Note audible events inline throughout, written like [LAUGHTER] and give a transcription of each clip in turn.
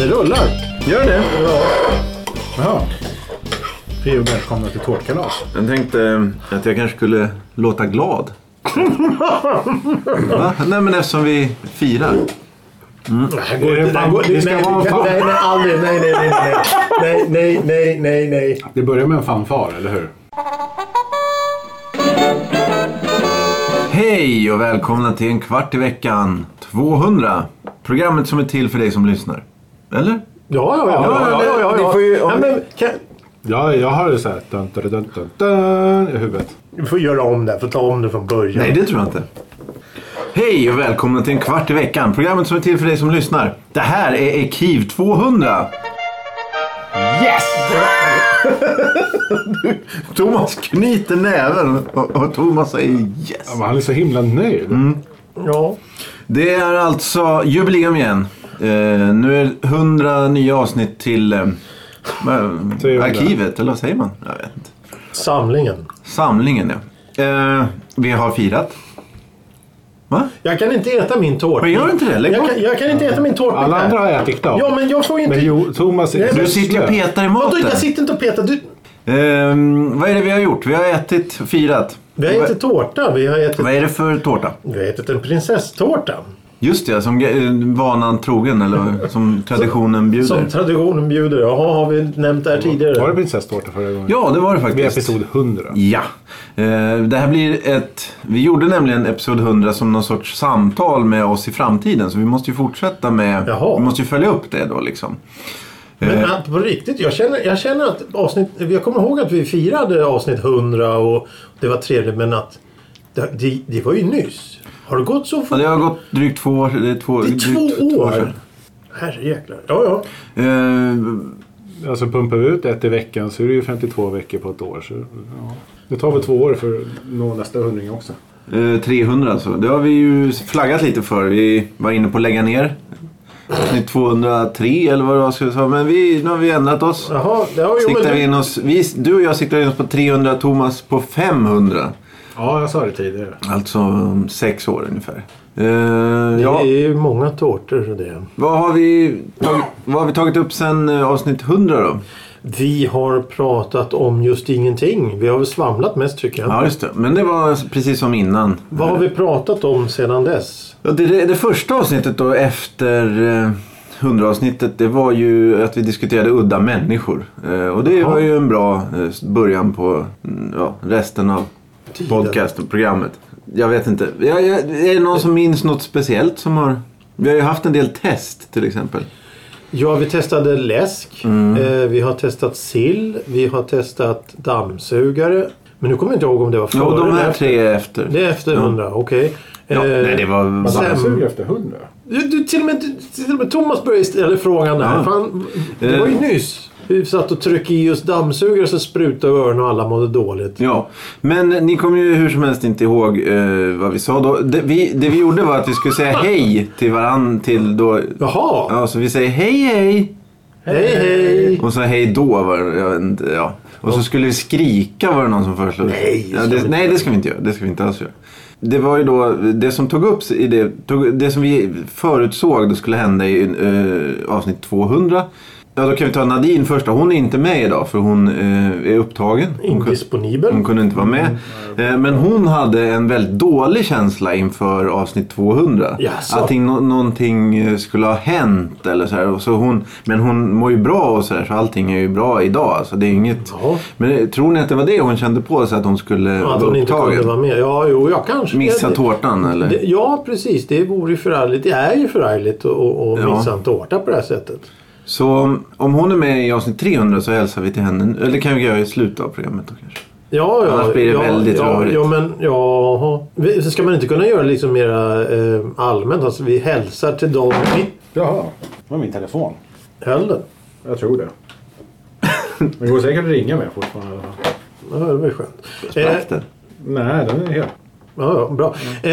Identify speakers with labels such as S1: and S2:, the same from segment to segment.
S1: rullar.
S2: Gör det?
S1: Jaha. Hej och välkomna till tårtkalas.
S2: Jag tänkte eh, att jag kanske skulle låta glad.
S3: [LAUGHS]
S2: Va? Nej men eftersom vi firar.
S1: Det här går inte. här går-
S2: Det ska
S1: nej,
S2: vara en
S1: vi kan-
S2: fan-
S3: Nej, nej, aldrig. Nej, nej, nej, nej. Nej, nej, nej, nej, nej.
S1: Det börjar med en fanfar, eller hur?
S2: Hej och välkomna till en kvart i veckan 200. Programmet som är till för dig som lyssnar. Eller?
S3: Ja, ja, ja.
S2: Ja,
S3: ja, ja, ja,
S2: ni
S3: ja.
S2: får ju-
S3: ja men, kan,
S1: Ja, jag har det så här... Dun, dun, dun, dun, dun, I huvudet.
S3: vi får göra om det. Får ta om det från början.
S2: Nej det tror jag inte. Hej och välkomna till en kvart i veckan. Programmet som är till för dig som lyssnar. Det här är Ekiv 200. [LAUGHS]
S3: Yes!
S2: Thomas knyter näven och, och Thomas säger yes.
S1: Ja, men han är så himla nöjd.
S3: Ja.
S2: Det är alltså jubileum igen. Eh, nu är det 100 nya avsnitt till eh, eh, arkivet, eller vad säger man? Jag vet inte.
S3: Samlingen.
S2: Samlingen ja. Eh, vi har firat. Va?
S3: Jag kan inte äta min tårtbit.
S2: Men gör inte det, lägg
S3: Jag
S2: bort.
S3: kan, jag kan inte äta min tårtbit.
S1: Alla
S3: här.
S1: andra har ätit av.
S3: Ja, men jag får inte...
S1: Men jo, Thomas
S3: Nej,
S1: är
S3: men-
S2: Du sitter ju och petar i
S3: Vadå,
S2: maten.
S3: jag sitter inte och petar. Du...
S2: Eh, vad är det vi har gjort? Vi har ätit, firat.
S3: Vi har ätit tårta. Vi har ätit,
S2: Vad är det för tårta?
S3: vi har ätit en prinsesstårta.
S2: Just det, som ge- eh, vanan trogen eller
S3: [LAUGHS]
S2: som traditionen
S3: Som
S2: bjuder.
S3: traditionen bjuder. Jaha, har vi nämnt det här tidigare?
S1: Var det prinsesstårta förra gången?
S2: Ja, det var det
S1: Vid
S2: faktiskt.
S1: episod 100.
S2: Ja. Eh, Det här blir ett... Vi gjorde nämligen Episod 100 som någon sorts samtal med oss i framtiden. Så vi måste ju fortsätta med...
S3: Jaha.
S2: Vi måste ju följa upp det då liksom.
S3: Men
S2: Eh.
S3: att på riktigt, jag känner, jag känner att avsnitt... Jag kommer ihåg att vi firade avsnitt 100 och det var trevligt men att det, det, det var ju nyss. Har det gått så
S2: Ja,
S3: fort?
S2: det har gått drygt två år. Det är två,
S3: Det är
S2: drygt
S3: två år! Herrejäklar. Ja, ja.
S2: sedan. Eh,
S1: Alltså pumpar vi ut ett i veckan så är det ju 52 veckor på ett år. Så, ja. Det tar väl två år för att nå nästa hundring också.
S2: Eh, 300 alltså. Det har vi ju flaggat lite för. Vi var inne på att lägga ner. Avsnitt 203 eller vad det var. ska vi säga. Men vi, nu har vi ändrat oss.
S3: Jaha, det har ju...
S2: Siktar
S3: Men,
S2: in oss, vi, du och jag siktar in oss på 300, Thomas på 500.
S1: Ja, jag sa det tidigare.
S2: Alltså om sex år ungefär. Eh, ja,
S3: Det är ju många tårtor så det.
S2: vad, har vi tagit, vad har vi tagit upp sen eh, avsnitt 100 då?
S3: Vi har pratat om just ingenting. Vi har väl svamlat mest tycker jag.
S2: Ja, just det. Men det var precis som innan.
S3: Vad har vi pratat om sedan dess?
S2: Ja, Det, det, det första avsnittet då efter eh, 100 avsnittet det var ju att vi diskuterade udda människor. Eh, och det var ju en bra eh, början på mm, ja, resten av podcasten, programmet. Jag vet inte. Jag, jag, är det någon som minns något speciellt som har... Vi har ju haft en del test till exempel.
S3: Ja, vi testade läsk.
S2: Mm.
S3: Eh, vi har testat sill. Vi har testat dammsugare. Men nu kommer jag inte ihåg om det var före
S2: Ja, och de
S3: eller
S2: här
S3: efter.
S2: tre är efter.
S3: Det är efter 100, okej.
S2: Ja,
S3: Eh,
S2: nej, det var...
S1: Man
S3: Sen-
S1: dammsuger efter 100.
S3: du, du, till, och med, till och med Thomas började ställa frågan där.
S2: Ja.
S3: Fan, det var ju
S2: Eh.
S3: nyss. Vi satt och tryckte i just dammsugare så sprutade öronen och alla mådde dåligt.
S2: Ja, men ni kommer ju hur som helst inte ihåg eh, vad vi sa då. Det vi, det vi gjorde var att vi skulle säga hej till varann till då...
S3: Jaha,
S2: Ja, så vi säger hej hej.
S3: hej hej!
S2: Och så hej då var det, jag vet inte, ja. Och så skulle vi skrika var det någon som föreslog.
S3: Nej, det
S2: ja,
S3: ska vi
S2: det,
S3: inte
S2: nej det ska vi inte göra. Det ska vi inte alls göra. Det var ju då, det som tog upp i det, tog, det som vi förutsåg då skulle hända i eh, avsnitt 200. Ja, då kan vi ta Nadine första. Hon är inte med idag för hon eh, är upptagen. Hon kunde-
S3: Indisponibel.
S2: hon kunde inte vara med.
S3: Mm.
S2: Eh, Men hon hade en väldigt dålig känsla inför avsnitt 200.
S3: Jaså?
S2: Att nå- någonting eh, skulle ha hänt eller så här. Och så hon, men hon mår ju bra och så här, så allting är ju bra idag. Alltså det är inget...
S3: Ja.
S2: Men eh, tror ni att det var det hon kände på sig? Att hon skulle
S3: Att
S2: vara
S3: hon inte kunde
S2: upptagen?
S3: vara med. Ja, jo, jag kanske...
S2: Missa
S3: det-
S2: tårtan eller?
S3: det- Ja, precis. Det vore ju förargligt. Det är ju förargligt att- att att
S2: Ja.
S3: missa en tårta på det här sättet.
S2: Så om- om hon är med i avsnitt 300 så hälsar vi till henne. Eller det kan vi göra i slutet av programmet då kanske.
S3: Ja, ja.
S2: Annars blir det
S3: ja,
S2: väldigt
S3: ja,
S2: rörigt.
S3: Ja, men ja. Vi- Ska man inte kunna göra liksom mera eh, allmänt? Alltså vi hälsar till dem. Vi-
S1: Jaha, det var min telefon.
S3: Höll den?
S1: Jag tror det. [LAUGHS] Det går säkert att ringa med fortfarande.
S3: Ja, det var ju skönt. Eh,
S2: Sprack den?
S1: Nej, den är helt...
S3: Ja, ja, bra. Eh,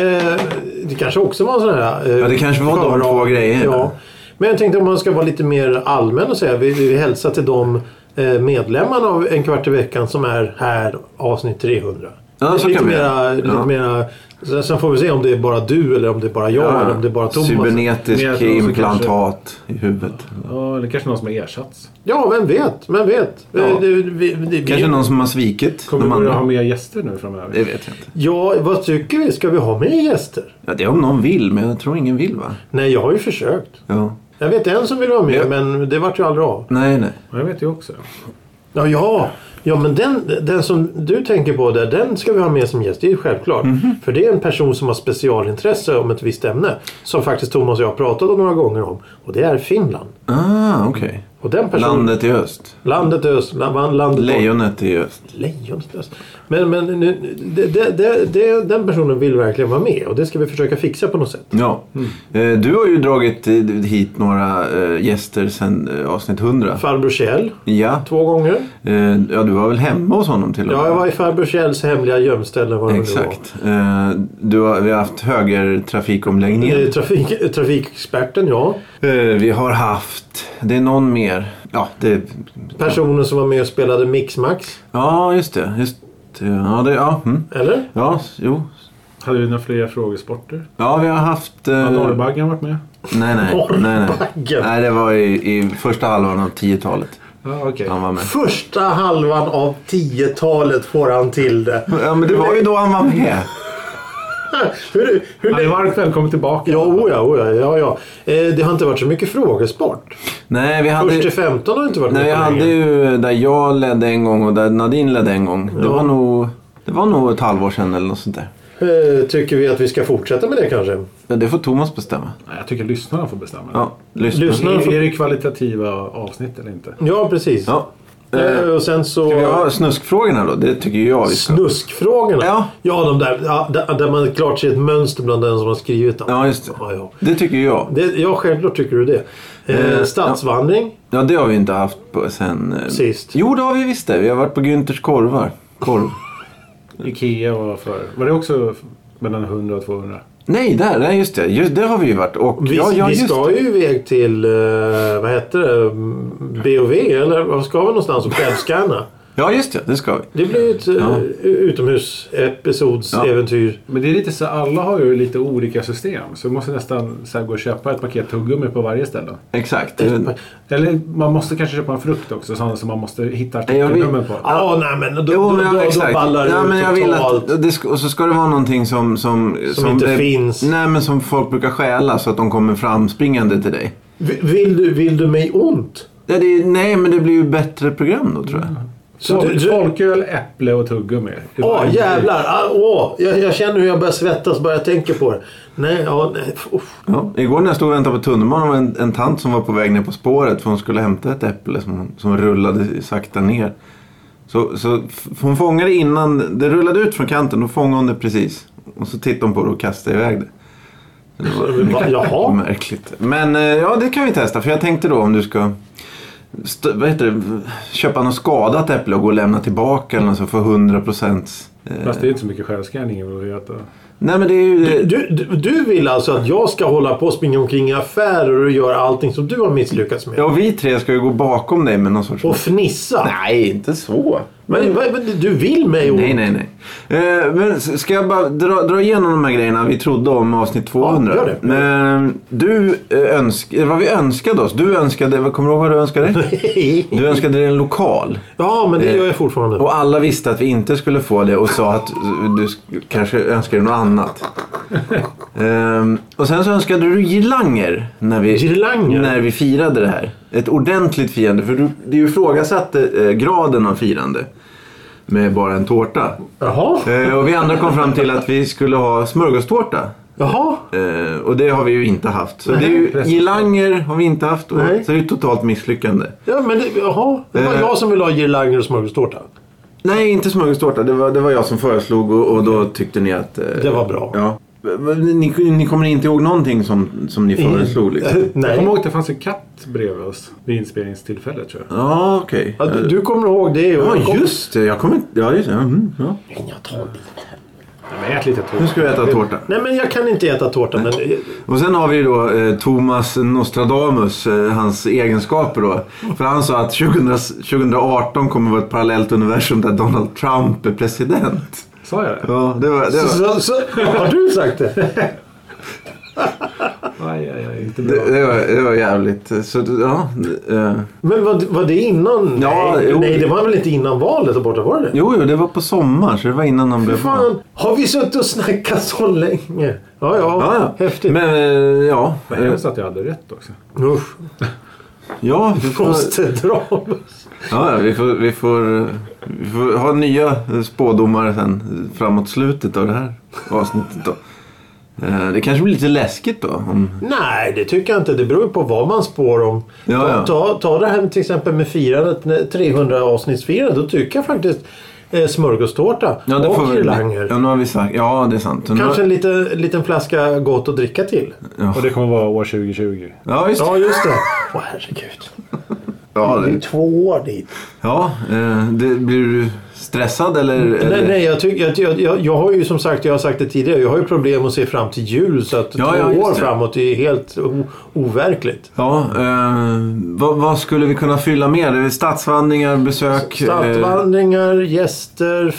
S3: det kanske också var en sån här... Eh,
S2: Ja, det kanske var de
S3: förra-
S2: två grejerna.
S3: Ja. Men jag tänkte om man ska vara lite mer allmän och säga vi, vi hälsar till de eh, medlemmarna av En kvart i veckan som är här avsnitt 300.
S2: Ja, så
S3: lite
S2: kan vi
S3: mera,
S2: göra.
S3: lite
S2: Ja.
S3: mera, sen, sen får vi se om det är bara du eller om det är bara jag eller om det är bara Thomas.
S2: Cybernetisk
S1: Men jag tror också
S2: implantat i huvudet.
S1: Ja, eller kanske någon som har ersatts.
S3: Ja, vem vet? Vem vet?
S2: Ja.
S3: Eh, Det, vi, det,
S2: Kanske
S3: vi,
S2: någon som har svikit
S1: Kommer vi
S2: de
S1: börja ha
S2: andra.
S1: mer gäster nu framöver?
S2: Det vet jag inte.
S3: ja, vad tycker vi? Ska vi ha med gäster?
S2: Ja, det är om någon vill, men jag tror ingen vill va?
S3: Nej, jag har ju försökt.
S2: Ja.
S3: Jag vet en som vill vara med,
S2: Ja.
S3: men det vart ju aldrig av.
S2: Nej, nej.
S1: Ja, Jag vet ju också.
S3: Ja, ja. ja men den, den som du tänker på där, den ska vi ha med som gäst. Det är ju självklart. För det är en person som har specialintresse om ett visst ämne. Som faktiskt Thomas och jag har pratat om några gånger om. Och det är Finland.
S2: Ah, okej.
S3: Och den personen...
S2: Landet i öst.
S3: Landet i öst. Land, landet
S2: Lejonet i öst.
S3: Lejonet i öst. Men, men nu, det, det, det, det, den personen vill verkligen vara med. Och det ska vi försöka fixa på något sätt.
S2: Ja. Eh, Du har ju dragit eh, hit några eh, gäster sedan eh, avsnitt 100.
S3: Farbror Kjell.
S2: Ja.
S3: Två gånger.
S2: Eh, ja, du var väl hemma hos honom till och
S3: Ja, jag var i farbror Kjells hemliga gömställe. Var det nu var.
S2: Exakt. Eh, Du har, vi har haft högertrafikomläggningen.
S3: Eh, Trafik, trafikexperten, ja.
S2: Eh, Vi har haft... Det är någon mer. Ja, det,
S3: Personen som var med och spelade Mix Max.
S2: ja just det. Just, det. ja, det, ja, mm.
S3: Eller?
S2: ja, jo.
S1: Hade vi några fler frågesporter?
S2: Ja, vi har haft... eh,
S1: Har Norrbaggen varit med?
S2: nej, nej, nej, nej.
S3: Norrbaggen.
S2: Nej, det var i, i första halvan av 10-talet
S1: Ja, okej.
S2: han var med.
S3: Första halvan av 10-talet får han till det. [LAUGHS]
S2: Ja, men det var ju då han var med.
S3: Hur, hur
S1: Han är
S3: länge...
S1: varmt välkommen tillbaka.
S3: Ja, oja, oja, ja, ja. Eh, det har inte varit så mycket frågesport.
S2: Nej, vi hade...
S3: Först till 15 har det inte varit
S2: Nej,
S3: med
S2: jag
S3: på
S2: hade
S3: länge.
S2: ju där jag ledde en gång och där Nadine ledde en gång. Det, var nog, det var nog ett halvår sedan eller något sånt där.
S3: Eh, tycker vi att vi ska fortsätta med det kanske?
S2: Ja, det får Thomas bestämma.
S1: Nej, jag tycker lyssnarna får bestämma.
S2: Ja, lyssna.
S1: Är,
S3: Lyssna. Lyssnarna får-
S1: är det kvalitativa avsnitt eller inte?
S3: Ja, precis.
S2: Ja.
S3: Eh, och sen så...
S2: Ska vi ha snuskfrågorna då? Det tycker jag vi ska.
S3: Snuskfrågorna.
S2: Ja.
S3: ja, de där, ja, där, där man klart ser ett mönster bland den som har skrivit dem.
S2: Ja, just det.
S3: Ja, ja.
S2: Det tycker jag.
S3: Det, ja, självklart tycker du det. Eh, stadsvandring.
S2: Ja, det har vi inte haft på, sen... eh,
S3: Sist.
S2: Jo, det har vi visst det. Vi har varit på Günthers korvar.
S3: [LAUGHS]
S2: Korv.
S1: Ikea var för... Var det också mellan 100 och 200?
S2: Nej, där. Nej, just det. Just, det har vi ju varit. Och,
S3: Vi,
S2: ja, ja,
S3: vi
S2: just det.
S3: ska ju iväg till, eh, vad heter det, Mm, BOV eller vad ska vi någonstans och självscanna?
S2: Ja, just det. Det ska vi.
S3: Det blir ju ett eh, ja. utomhusepisodsäventyr.
S1: Men det är lite så, alla har ju lite olika system. Så man måste nästan så här, gå och köpa ett paket tuggummi på varje ställe.
S2: Exakt. Mm.
S1: Eller man måste kanske köpa en frukt också, sån som man måste hitta
S2: Jag vill-
S1: artikelnummer på.
S3: Ja, nej men då,
S2: Jo,
S3: då,
S2: men,
S3: då,
S2: exakt.
S3: då ballar det
S2: ja, men jag
S3: ut
S2: vill
S3: totalt.
S2: att, det ska, Och så ska det vara någonting som... Som,
S3: inte finns.
S2: Nej, men som folk brukar stjäla så att de kommer framspringande till dig.
S3: Vi- Vill, du, vill du mig ont?
S2: Ja, det, är- nej, men det blir ju bättre program då tror jag.
S3: Så du, du,
S1: Folköl, äpple och tuggummi.
S3: Åh jävlar! Ah, Åh, jag, jag känner hur jag börjar svettas bara jag tänker på det. Nej, ja, nej. Uff.
S2: Ja, igår när jag stod och väntade på tunnelbanan var en, en tant som var på väg ner på spåret för hon skulle hämta ett äpple som, som rullade sakta ner. Så, så f- hon fångade innan det rullade ut från kanten, då fångade hon det precis. Och så tittade hon på det och kastade iväg det. Så det var
S3: Va,
S2: Vad
S3: Jaha.
S2: Märkligt. Men eh, ja, det kan vi testa. För jag tänkte då om du ska st- vad heter det? köpa något skadat äpple och gå och lämna tillbaka eller något så för 100 procents...
S1: Fast det är inte så mycket självskanning. vill jag veta.
S2: Nej men det är ju...
S3: Du, du, du vill alltså att jag ska hålla på och springa omkring i affärer och göra allting som du har misslyckats med?
S2: Ja, och vi tre ska ju gå bakom dig med någon sorts...
S3: Och fnissa?
S2: Nej, inte så.
S3: Men, vad- men du vill mig ont?
S2: Mm. Nej, nej, nej. Eh, men s- ska jag bara dra, dra igenom de här grejerna vi trodde om avsnitt 200?
S3: gör det.
S2: Eh, du eh, önsk, eh, vad vi önskade oss. Du önskade, vad- kommer du ihåg vad du önskade? Du önskade dig en lokal.
S3: [LAUGHS] ja, men det gör jag fortfarande.
S2: Eh, Och alla visste att vi inte skulle få det och sa att du sk- kanske önskade något annat. Ehm, och sen så önskade du girlanger när vi,
S3: Girlanger?
S2: när vi firade det här. Ett ordentligt firande, för du, du ifrågasatte eh, graden av firande med bara en tårta.
S3: Jaha.
S2: Eh, och vi andra kom fram till att vi skulle ha smörgåstårta.
S3: Jaha.
S2: Eh, och det har vi ju inte haft. Så det är ju,
S1: precis.
S2: girlanger har vi inte haft och
S3: Nej.
S2: så är det ju totalt misslyckande.
S3: Ja, men det, jaha. Det var
S2: Eh.
S3: jag som ville ha girlanger och smörgåstårta.
S2: Nej, inte smörgåstårta. Det var, det var jag som föreslog och, och då tyckte ni att... eh,
S3: Det var bra.
S2: Ja. Ni, ni kommer inte ihåg någonting som, som ni föreslog liksom?
S1: Jag kommer
S3: [LAUGHS] Nej.
S1: ihåg att det fanns en katt bredvid oss vid inspelningstillfället tror jag.
S2: Ja, okej.
S3: Ja, du, du kommer ihåg det. och
S2: Ja,
S3: jag kommer-
S2: just det. Jag kommer inte... Ja, just det. Mm, ja.
S3: Men jag tar en bit.
S1: Nej, men ät lite tårta.
S2: Nu ska vi äta tårta.
S3: Nej, men jag kan inte äta tårta. Men,
S2: Och sen har vi då eh, Thomas Nostradamus, eh, hans egenskaper då. För han sa att 2000, 2018 kommer vara ett parallellt universum där Donald Trump är president.
S1: Sa jag det?
S2: Ja, det var, det var,
S3: Så, så, har du sagt det?
S1: Aj, aj, aj, inte bra.
S2: det, det var, det var jävligt. Så ja. eh,
S3: Men var, var det innan?
S2: Ja,
S3: nej,
S2: jo.
S3: nej, det var väl inte innan valet där borta? Var det det?
S2: Jo, jo, det var på sommar så det var innan han
S3: Fy
S2: blev van.
S3: fan, har vi suttit och snackat så länge? Ja, ja.
S2: Ja, ja.
S3: Häftigt.
S2: Men eh, ja.
S1: Vad hemskt att jag hade rätt också.
S3: Usch,
S2: Ja, vi får,
S3: konstdrab.
S2: ja, vi får, vi får, eh, vi får ha nya eh, spådomar sen eh, framåt slutet av det här avsnittet då. Eh, Det kanske blir lite läskigt då. Om,
S3: Nej, det tycker jag inte. Det beror ju på vad man spår om.
S2: Ja,
S3: ta,
S2: ja.
S3: Ta, ta det här med till exempel med firandet, när 300 avsnittsfirandet. Då tycker jag faktiskt eh, smörgåstårta
S2: ja, det
S3: och
S2: får vi,
S3: girlanger.
S2: ja, nu har vi sagt, ja, det är sant. Nu har-
S3: Kanske en liten, liten flaska gott att dricka till.
S1: Och det kommer vara år 2020.
S2: Ja, visst.
S3: Ja, just det. Åh, herregud.
S2: Ja,
S3: Det är ju
S2: det,
S3: två år dit.
S2: ja eh, det, blir du stressad eller?
S3: Nej,
S2: eller?
S3: nej jag, tycker, jag, jag, jag, jag har ju som sagt, jag har sagt det tidigare, jag har ju problem att se fram till jul så att
S2: Ja,
S3: två
S2: ja, just
S3: år
S2: det.
S3: framåt är ju helt o, overkligt.
S2: Ja, eh, vad, vad skulle vi kunna fylla med? Det är Stadsvandringar, besök? eh,
S3: Stadtvandringar, gäster,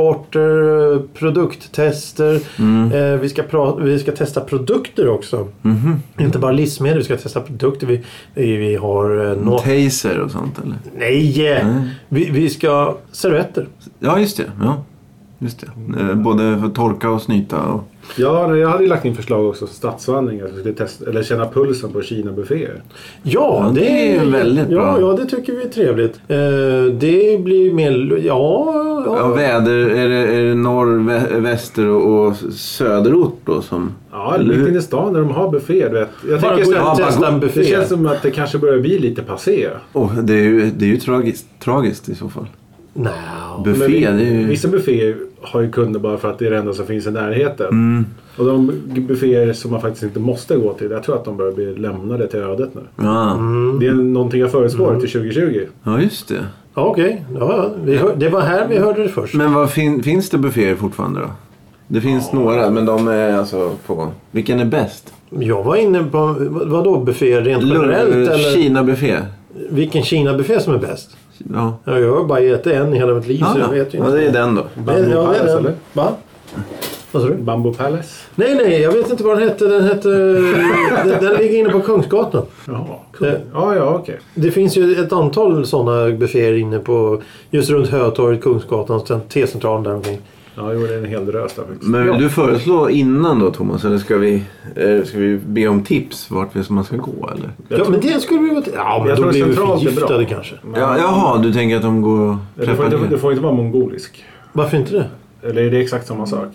S3: frågesporter, eh, produkttester.
S2: Mm.
S3: Eh, vi, ska pra- vi ska testa produkter också.
S2: Mhm.
S3: Inte bara livsmedel, vi ska testa produkter. Vi, vi, vi har... Eh,
S2: Mm.
S3: nå-
S2: Taser och sånt eller?
S3: Nej!
S2: Mm.
S3: Vi, vi ska... Servetter.
S2: Ja, just det. Ja. Just det. Eh, Både för torka och snyta. Och...
S1: Ja, nej, jag hade ju lagt in förslag också för stadsvandringar. Så skulle testa, eller känna pulsen på Kina-bufféer.
S3: Ja,
S2: Ja, det är ju väldigt
S3: ja,
S2: bra.
S3: Ja, det tycker vi är trevligt. Eh, det blir mer... Ja,
S2: Ja,
S3: ja.
S2: väder, är det, är det norr, vä- väster och, och söderort då som...
S1: Ja, eller mitt inne i stan där de har bufféer. du Vet. Jag
S3: Bara
S1: tänker
S3: gå
S1: så
S3: in
S1: här,
S3: och
S2: bara
S3: testa
S2: gå-
S3: en
S1: det
S3: buffé.
S1: känns som att det kanske börjar bli lite passé.
S2: Oh, det är ju, det är ju tragiskt, tragiskt i så fall.
S3: Nja.
S1: Men
S2: Buffé, det är ju...
S1: Vissa bufféer har ju kunder bara för att det är det enda som finns i närheten.
S2: Mm.
S1: Och de bufféer som man faktiskt inte måste gå till, jag tror att de börjar bli lämnade till ödet nu.
S2: Ja,
S1: Det är någonting jag förutspår
S2: Mm.
S1: till 2020.
S2: ja just det.
S3: Ja, okej. Ja, ja. Vi hör- det var här vi hörde det först.
S2: Men vad fin, finns det bufféer fortfarande då? Det finns några, men de är alltså på... Vilken är bäst?
S3: Jag var inne på, vadå buffé rent generellt? Eller
S2: Kina-buffé?
S3: vilken Kina-buffé som är bäst?
S2: Ja.
S3: Ja, jag har bara ätit en i hela mitt liv så jag
S2: Ja,
S3: vet ju
S2: ja,
S3: inte.
S2: det är den då.
S3: Det- ja, det är
S1: Palace,
S3: den.
S1: eller?
S3: Va? Vad sa du?
S1: Bamboo Palace?
S3: Nej, nej, jag vet inte vad den hette. Den hette... [LAUGHS] den, den ligger inne på Kungsgatan.
S1: Jaha.
S3: Eh,
S1: Ja, ja, okej.
S3: Det finns ju ett antal sådana bufféer inne på just runt Hötorget, Kungsgatan, sen T-centralen där omkring.
S1: Ja, jo, det är en hel drös där faktiskt.
S2: Men
S3: Ja.
S2: vill du föreslå innan då Thomas? Eller ska vi, eh, ska vi be om tips vart vi som man ska gå eller?
S1: Jag
S3: ja,
S1: tror-
S3: men det skulle vi vara... Ja, men
S1: Jag
S3: då
S1: tror
S3: blir vi
S1: centralt är bra.
S3: förgiftade kanske.
S2: Ja, jaha, du tänker att de går och
S1: Det får,
S2: träffar
S1: inte, det
S2: det?
S1: får inte vara mongolisk.
S3: Varför inte det?
S1: Eller är det exakt
S2: Mm.
S1: samma sak?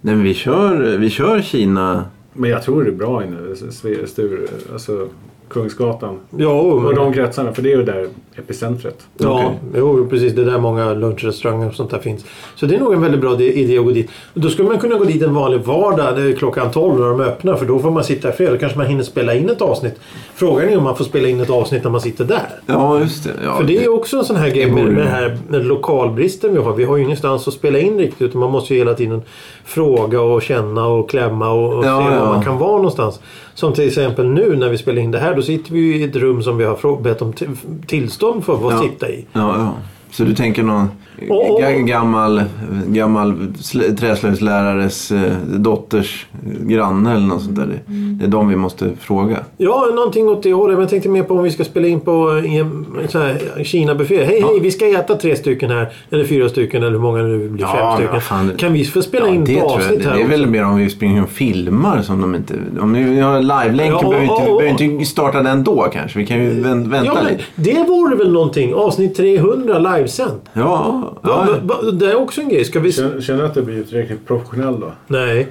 S2: Nej men vi kör, vi kör Kina.
S1: Men jag tror det är bra inne. Sve- Stur, alltså Kungsgatan.
S3: Ja,
S2: Mm.
S3: men...
S1: Och de kretsarna, för det är ju där epicentret.
S3: Ja,
S2: Okej.
S3: jo, precis. Det är där många lunchrestauranger och sånt där finns. Så det är nog en väldigt bra idé att gå dit. Då skulle man kunna gå dit en vanlig vardag det är klockan 12 när de öppnar för då får man sitta i fred. Då kanske man hinner spela in ett avsnitt. Frågan är om man får spela in ett avsnitt när man sitter där.
S2: Ja just det. Ja,
S3: För det är ju också en sån här grej med,
S2: borde
S3: med
S2: vi.
S3: den här lokalbristen vi har. Vi har ju ingenstans att spela in riktigt utan man måste ju hela tiden fråga och känna och klämma och, och
S2: Ja,
S3: se var
S2: ja.
S3: man kan vara någonstans. Som till exempel nu när vi spelar in det här då sitter vi ju i ett rum som vi har frå- bett om t- tillstånd för att
S2: Ja.
S3: sitta i.
S2: Ja, ja. Så du tänker någon
S3: Och- och-
S2: ga- gammal, gammal slö- träslöjdslärares eh, dotters eh, granne eller något sånt där. Det,
S3: Mm.
S2: det är de vi måste fråga.
S3: Ja, någonting åt det hållet. Men jag tänkte mer på om vi ska spela in på eh, i en en sån här Kina-buffé. Hej, hej, vi ska äta tre stycken här. Eller fyra stycken eller hur många det nu blir.
S2: Ja, men
S3: fem stycken.
S2: vad fan.
S3: Kan vi få spela
S2: Ja,
S3: in
S2: det
S3: ett
S2: tror jag.
S3: avsnitt
S2: Det,
S3: här?
S2: det är
S3: också?
S2: väl mer om vi springer och filmar som de inte... Om vi har live-länken
S3: Ja,
S2: behöver vi inte,
S3: ja, ja.
S2: behöver inte starta den då kanske. Vi kan ju vän, vänta
S3: Ja, men
S2: lite.
S3: det vore väl någonting. Avsnitt 300 livesänt.
S2: Ja,
S3: Va,
S2: ja.
S3: va, va, det är också en grej. Ska vi...
S1: Känner- Känner du att du blir tillräckligt professionell då?
S3: Nej.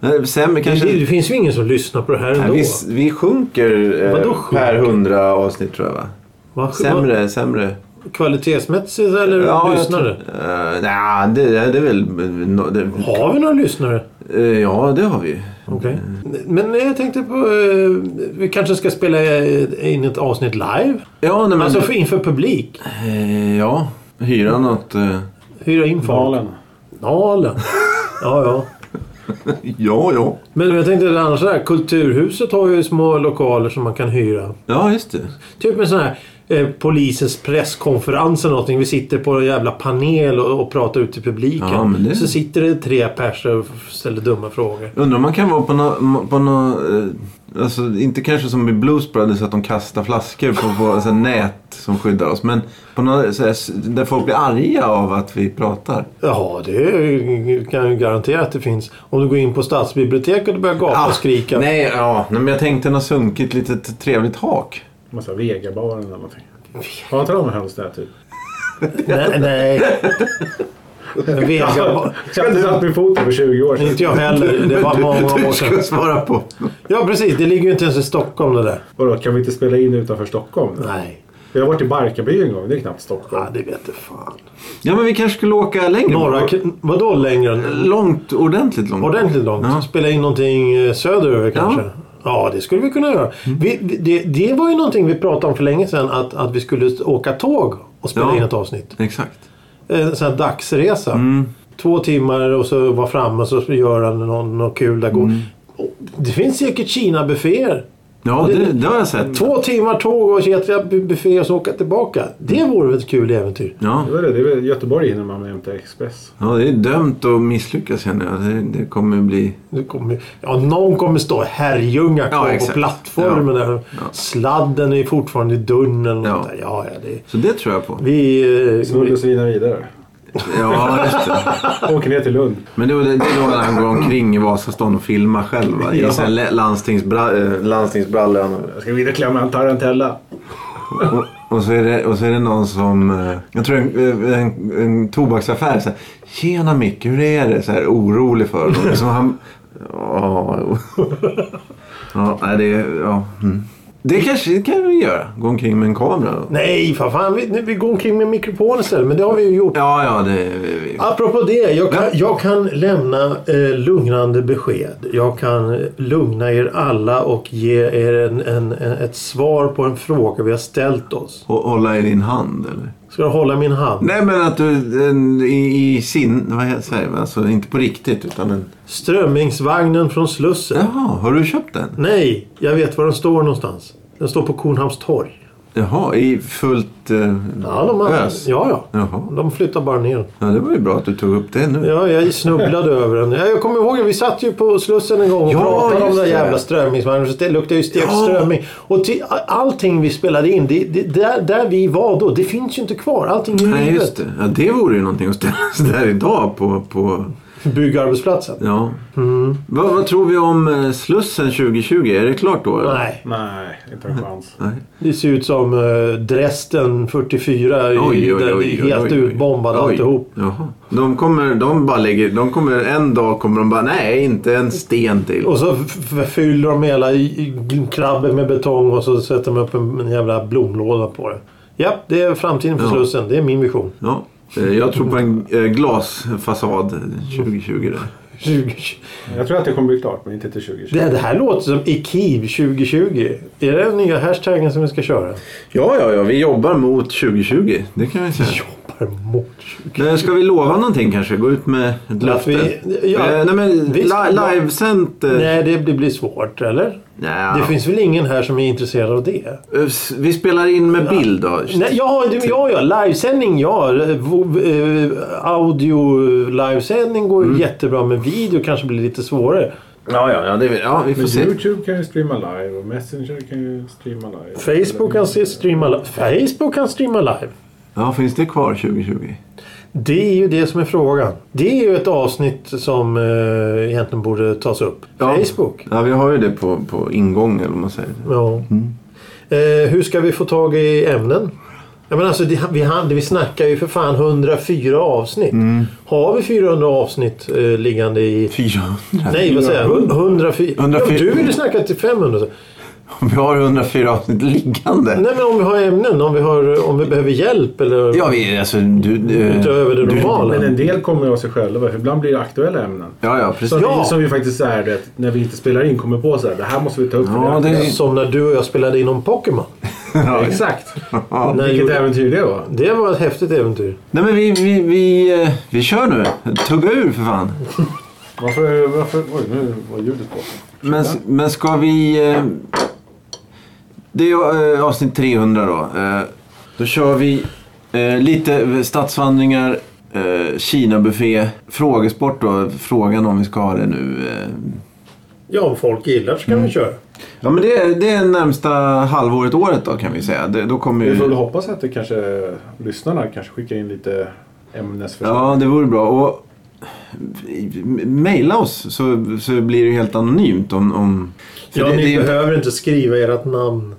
S2: Nej, Sämre
S3: Det,
S2: Eh, kanske...
S3: det finns ju ingen som lyssnar på det här
S2: Nej,
S3: ändå.
S2: vi, vi sjunker eh,
S3: Vadå sjunker?
S2: per hundra avsnitt tror jag va?
S3: Va?
S2: Sämre, sämre.
S3: Va, kvalitetsmässigt eller
S2: jag
S3: lyssnare?
S2: tror- Eh, Nej, det, det är väl... no- Det,
S3: Har vi några lyssnare?
S2: eh, ja, det har vi.
S3: Okej.
S2: Mm.
S3: Men jag tänkte på... Eh, vi kanske ska spela eh, in ett avsnitt live?
S2: Ja, nej, men...
S3: Alltså för, inför publik.
S2: eh, ja, hyra något... Eh,
S3: Hyra in folk.
S1: Valen.
S3: Nalen. Ja, ja.
S2: ja, ja.
S3: Men jag tänkte annars så här. Kulturhuset har ju små lokaler som man kan hyra.
S2: Ja, just det.
S3: Typ en sån här eh, polisens presskonferens eller någonting. Vi sitter på en jävla panel och, och pratar ut till publiken.
S2: Ja, men det-
S3: Så sitter det tre personer och ställer dumma frågor.
S2: Undrar om man kan vara på någon... På nå, eh, alltså, inte kanske som i Blues Brothers att de kastar flaskor på, på alltså, nät som skyddar oss. Men på någon, så här, s- där folk blir arga av att vi pratar.
S3: Ja, det är- kan jag ju garantera att det finns. Om du går in på stadsbiblioteket och börjar gapa och skrika.
S2: Ah, Nej, ja, nej, men jag tänkte något sunkigt litet trevligt hak.
S1: Massa vegabaren eller någonting. Har inte de höns där typ?
S3: Nej,
S2: [LAUGHS]
S3: nej. Men Vega,
S1: Jag hade satt min fot där för 20 år sedan.
S3: inte jag heller. Det var många
S2: [LAUGHS]
S3: år
S2: Du
S3: sedan.
S2: ska svara på.
S3: Ja, precis. Det ligger ju inte ens i Stockholm det där.
S1: Vadå, kan vi inte spela in utanför Stockholm?
S3: Nej,
S1: Jag har varit i Barkarby en gång, det är knappt Stockholm.
S3: ja, det vet du fan.
S2: Ja, men vi kanske skulle åka längre.
S3: Norra, vadå längre? än-
S2: Långt, ordentligt långt.
S3: Ordentligt långt.
S2: Ja.
S3: Spela in någonting eh, söderöver kanske.
S2: Ja. Mm.
S3: Ja. det skulle vi kunna göra. Vi, vi- det, det var ju någonting vi pratade om för länge sedan. Att, att vi skulle åka tåg och spela
S2: Ja.
S3: in ett avsnitt. Eh,
S2: Exakt.
S3: En sån här dagsresa.
S2: Mm.
S3: Två timmar och så vara framme och så gör han någon- något kul där. Mm. Det finns säkert Kina-bufféer.
S2: Ja, det, det har jag sett.
S3: Två timmar tåg och käka bu- buffé och så åka tillbaka. Det vore väl ett kul äventyr?
S2: Ja.
S1: Det var det, det är väl Göteborg hinner man med hämta Express.
S2: ja, det är dömt att misslyckas känner jag. Det, det kommer bli...
S3: Det kommer, ja, någon kommer stå i Herrljunga
S2: Ja,
S3: kvar på
S2: exakt.
S3: plattformen. Där. Sladden är fortfarande i dörren. Och
S2: Ja.
S3: sånt där. Ja, ja, det,
S2: Så det tror jag på.
S3: vi, eh,
S1: Snudd och svina vidare.
S2: Ja, just det.
S1: Åker ner till Lund.
S2: Men det, det är då när han går omkring i Vasastan och filmar själv va? I
S1: Ja.
S2: sen landstingsbra, eh, landstingsbrallorna.
S1: Jag ska vidare klämma en tarantella.
S2: Och, och, så är det, och så är det någon som... eh, Jag tror en, eh, en, en tobaksaffär. Så här, Tjena Micke, hur är det? Så här, orolig för honom. Som han... Ja, [LAUGHS] jo. ja, nej, det... är- Ja. Mm. Det kanske det kan vi göra. Gå omkring med en kamera.
S3: nej, för fan. Vi, nu, vi går omkring med mikrofon istället. Men det har vi ju gjort.
S2: Ja, ja, det... Vi, vi.
S3: Apropå det, jag kan, jag kan lämna eh, lugnande besked. Jag kan eh, lugna er alla och ge er en, en, en, ett svar på en fråga vi har ställt oss.
S2: Och hålla i din hand eller?
S3: Ska du hålla min hand?
S2: Nej men att du en, i, i sin... Vad he- säger man? Alltså inte på riktigt utan en...
S3: Strömmingsvagnen från Slussen.
S2: Jaha, har du köpt den?
S3: Nej, jag vet var den står någonstans. Den står på Kornhamns torg.
S2: Jaha, i fullt eh,
S3: Ja, de, har,
S2: ös? Ja.
S3: ja, ja.
S2: Jaha.
S3: de flyttar bara ner den.
S2: ja, det var ju bra att du tog upp det nu.
S3: Ja, jag snubblade [LAUGHS] över den. Ja, Jag kommer ihåg att vi satt ju på Slussen en gång och
S2: Ja,
S3: pratade om
S2: just
S3: den där
S2: det.
S3: jävla strömmingsvagnen. Så Det luktade ju stekt
S2: Ja.
S3: strömming. Och till, allting vi spelade in, det, det, där, där vi var då, det finns ju inte kvar. Allting är
S2: Nej, just
S3: livet.
S2: det. Ja, det vore ju någonting att ställa [LAUGHS] sig där idag på... på
S3: Byggarbetsplatsen.
S2: ja.
S3: Mm.
S2: Vad, vad tror vi om eh, Slussen 2020? Är det klart då? eller?
S3: Nej,
S1: Nej, inte en chans.
S2: Nej.
S3: det ser ut som eh, Dresden 44. i-
S2: Oj, oj,
S3: där
S2: oj,
S3: det
S2: oj,
S3: är helt
S2: oj, oj.
S3: utbombad
S2: Oj.
S3: alltihop.
S2: Jaha. De kommer, de bara lägger, de kommer, en dag kommer de bara, nej inte en sten till.
S3: Och så f- f- fyller de hela i- i- krabben med betong och så sätter de upp en, en jävla blomlåda på det. Ja, det är framtiden för
S2: Ja.
S3: Slussen. Det är min vision.
S2: Ja, eh, jag tror på en eh, glasfasad 2020 där.
S3: 2020.
S1: Jag tror att det kommer bli klart, men inte till 2020.
S3: Det, det här låter som IKIV 2020. Är det den nya hashtaggen som vi ska köra?
S2: Ja, ja, ja, vi jobbar mot 2020. Det kan vi säga.
S3: Jobbar mot 20.
S2: Men Ska vi lova någonting kanske? Gå ut med ett löfte?
S3: vi- ja,
S2: eh, nej, men
S3: vi
S2: li,
S3: ska-
S2: livesänt... eh,
S3: Nej, det, det blir svårt, eller?
S2: nja.
S3: Det finns väl ingen här som är intresserad av det?
S2: Eh, s- Vi spelar in med bild då.
S3: Nej, ja,
S2: Typ.
S3: du, ja, ja, livesändning ja. Vo- eh, Audio livesändning går ju
S2: Mm.
S3: jättebra, men video kanske blir lite svårare.
S2: Ja, ja, ja, det, ja, vi får
S1: Men
S2: se.
S1: Youtube kan ju streama live och Messenger kan ju streama live.
S3: Facebook kan se- streama live. Facebook kan streama live.
S2: Ja, finns det kvar 2020?
S3: Det är ju det som är frågan. Det är ju ett avsnitt som eh, egentligen borde tas upp.
S2: Ja.
S3: Facebook.
S2: Ja, vi har ju det på, på ingång eller vad man säger.
S3: Ja.
S2: Mm.
S3: Eh, hur ska vi få tag i ämnen? Ja, men alltså, det, vi, hann- vi snackar ju för fan 104 avsnitt.
S2: Mm.
S3: Har vi 400 avsnitt eh, liggande i...
S2: 400?
S3: Nej, vad säger jag? 104.
S2: 104.
S3: Ja, du ville snacka till 500. så.
S2: [LAUGHS] Vi har 104 avsnitt liggande.
S3: Nej, men om vi har ämnen. Om vi, har, om vi behöver hjälp eller
S2: Ja, vi, alltså, du, eh,
S3: utöver det
S2: du-
S3: normala.
S1: Men en del kommer ju av sig själva, för ibland blir det aktuella ämnen.
S2: Ja, ja, precis.
S1: Som,
S3: Ja.
S1: vi, som vi faktiskt så här, vet, när vi inte spelar in kommer på så här, det här måste vi ta upp. för
S2: Ja,
S1: är
S2: det-
S3: Som när du och jag spelade in om Pokémon.
S1: aktuellt. Exakt.
S2: Ja.
S3: När jag
S1: Vilket
S3: gjorde-
S1: äventyr det var.
S3: Det var ett häftigt äventyr.
S2: Nej men vi, vi, vi, eh, vi kör nu. Tugga ur för fan.
S1: Varför, varför, oj nu var ljudet på.
S2: Men, men ska vi... eh, Det är eh, avsnitt 300 då. Eh, Då kör vi eh, lite stadsvandringar, eh, Kina-buffé, frågesport då. Frågan om vi ska ha det nu. eh.
S3: Ja, om folk gillar så kan
S2: Mm.
S3: vi köra.
S2: Ja men det är, det är närmsta halvåret, året då kan vi säga. Det, då kommer
S1: Vi får väl
S2: ju...
S1: hoppas att det kanske, lyssnarna kanske skickar in lite ämnesförslag.
S2: Ja, det vore bra. Och mejla oss så, så blir det helt anonymt om... om... för
S3: Ja,
S2: det,
S3: ni
S2: det är-
S3: behöver inte skriva ert namn.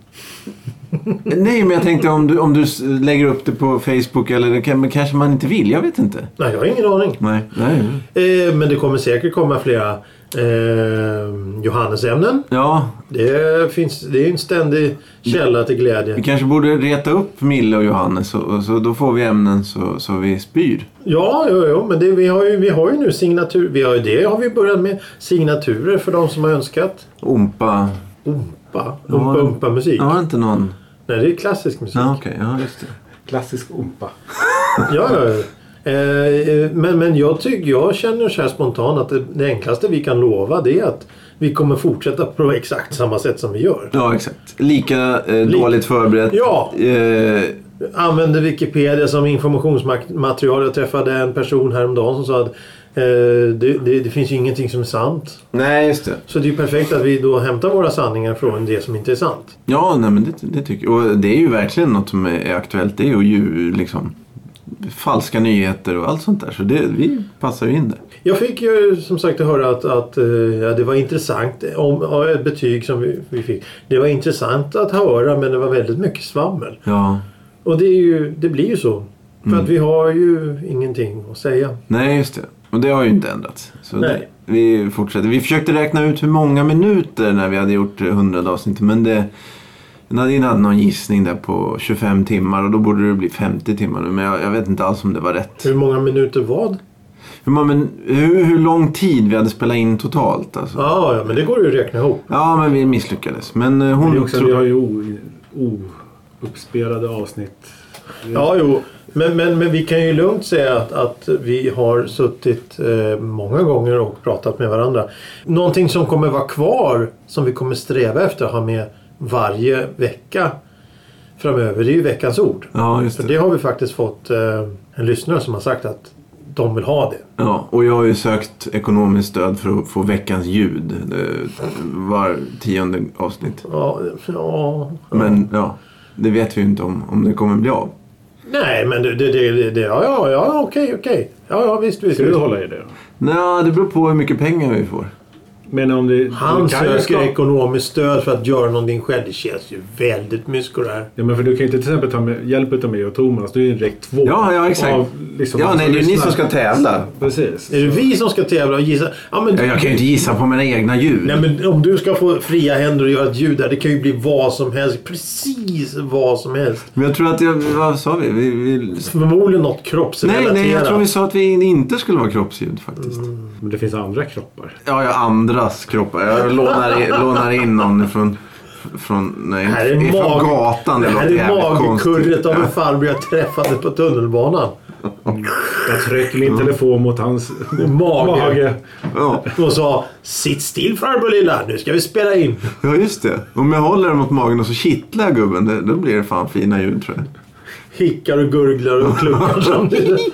S2: Nej, men jag tänkte om du, om du s- lägger upp det på Facebook eller det kan, men kanske man inte vill. Jag vet inte.
S3: Nej, jag har ingen aning.
S2: Nej. Nej.
S3: Eh, men det kommer säkert komma flera eh, Johannesämnen.
S2: Ja,
S3: Det, finns, det är en ständig källa till
S2: vi
S3: glädje.
S2: kanske borde reta upp Mille och Johannes och, och så då får vi ämnen så, så vi spyr.
S3: Ja, jo, jo, men det, vi, har ju, vi har ju nu signatur. Vi har, ju- det har vi börjat med. Signaturer för de som har önskat.
S2: Ompa.
S3: Umpa.
S2: Ja.
S3: Umpa, umpa musik.
S2: Jag har inte någon.
S3: Nej, det är klassisk musik.
S2: Ja, okej. Ja, just det.
S1: Klassisk ompa.
S3: Ja, ja, ja. Eh, eh, Men, men jag, tycker, jag känner så här spontant att det, det enklaste vi kan lova det är att vi kommer fortsätta på exakt samma sätt som vi gör.
S2: Ja, exakt. Lika eh, dåligt förberett.
S3: Ja.
S2: Eh,
S3: använde Wikipedia som informationsmaterial. Jag träffade en person häromdagen som sa att eh, det, det, det finns ju ingenting som är sant.
S2: nej, just det.
S3: Så det är ju perfekt att vi då hämtar våra sanningar från det som inte är sant.
S2: Ja, nej, men det, det tycker jag. Och det är ju verkligen något som är är aktuellt. Det är ju ju liksom falska nyheter och allt sånt där. Så det, vi passar ju in där.
S3: Jag fick ju som sagt höra att, att eh, ja, det var intressant, om, ja, ett betyg som vi, vi fick. Det var intressant att höra men det var väldigt mycket svammel.
S2: Ja.
S3: Och det, är ju, det blir ju så. För att vi har ju ingenting att säga.
S2: Nej, just det. Och det har ju
S1: Mm.
S2: inte ändrats. Så
S3: Nej.
S2: Det, vi fortsätter. Vi försökte räkna ut hur många minuter när vi hade gjort eh, 100 avsnitt. Men det... Nadine hade någon gissning där på 25 timmar och då borde det bli 50 timmar nu. Men jag, jag vet inte alls om det var rätt.
S1: Mm.
S3: Hur många minuter vad?
S2: Hur, många min- hur, hur lång tid vi hade spelat in totalt alltså. Ja,
S3: Ja, ja, men det går ju att räkna ihop.
S2: men vi misslyckades. Men eh,
S1: Det är
S2: hon...
S1: också,
S2: tro-
S1: vi har ju o- ouppspelade avsnitt.
S3: Ja, jo. Men, men, men vi kan ju lugnt säga att, att vi har suttit eh, många gånger och pratat med varandra. Någonting som kommer vara kvar som vi kommer sträva efter att ha med varje vecka framöver det är ju veckans ord.
S2: Ja, just
S3: För
S2: det.
S3: det har vi faktiskt fått eh, en lyssnare som har sagt att de vill ha det.
S2: Ja, och jag har ju sökt ekonomiskt stöd för att få veckans ljud. eh, Var tionde avsnitt.
S3: Ja, ja.
S2: Men ja, det vet vi ju inte om, om det kommer bli av.
S3: Nej, men det, det, det, det ja, ja, ja, okej, okej. Ja, ja, visst, visst.
S1: Ska du
S3: visst.
S1: hålla i det?
S2: Nej, det beror på hur mycket pengar vi får.
S1: Men om det,
S3: Han
S1: du kan ju
S3: söker
S1: skapa-
S3: ekonomiskt stöd för att göra någonting själv. Det känns ju väldigt mysko det här.
S1: Ja, men för du kan ju inte till exempel ta med, hjälp av mig och Thomas. Du är ju direkt två.
S2: Ja, ja, exakt.
S1: liksom,
S2: Ja,
S1: de
S2: nej, det är ni
S1: lyssnar.
S2: som ska tävla.
S1: Precis.
S3: Är det vi som ska tävla och gissa? Ja, men,
S2: Ja, Jag kan ju inte gissa på mina egna ljud.
S3: Nej, men om du ska få fria händer och göra ett ljud där, det kan ju bli vad som helst. Precis vad som helst.
S2: Men jag tror att jag... Vad sa vi? vi, vi...
S3: Förmodligen något
S2: Nej,
S3: kroppsrelaterat.
S2: nej, jag tror vi sa att vi inte skulle vara kroppsljud faktiskt.
S1: Men det finns andra kroppar.
S2: Ja, jag andras kroppar. Jag lånar, [LAUGHS] i- lånar in någon från... Från, nej,
S3: Det här är,
S2: från
S3: mag...
S2: gatan.
S3: det
S2: Det,
S3: här
S2: låter
S3: är
S2: jävligt konstigt.
S3: magkurret av en farbror jag träffade på tunnelbanan.
S1: Jag trycker min telefon mot hans
S3: Mage.
S1: mage.
S2: Ja,
S3: Och sa “Sitt still farbror lilla, nu ska vi spela in”.
S2: ja, just det. Om jag håller den mot magen och så kittlar jag gubben, det, då blir det fan fina ljud tror jag.
S3: Hickar och gurglar och
S2: [LAUGHS]
S3: kluckar samtidigt.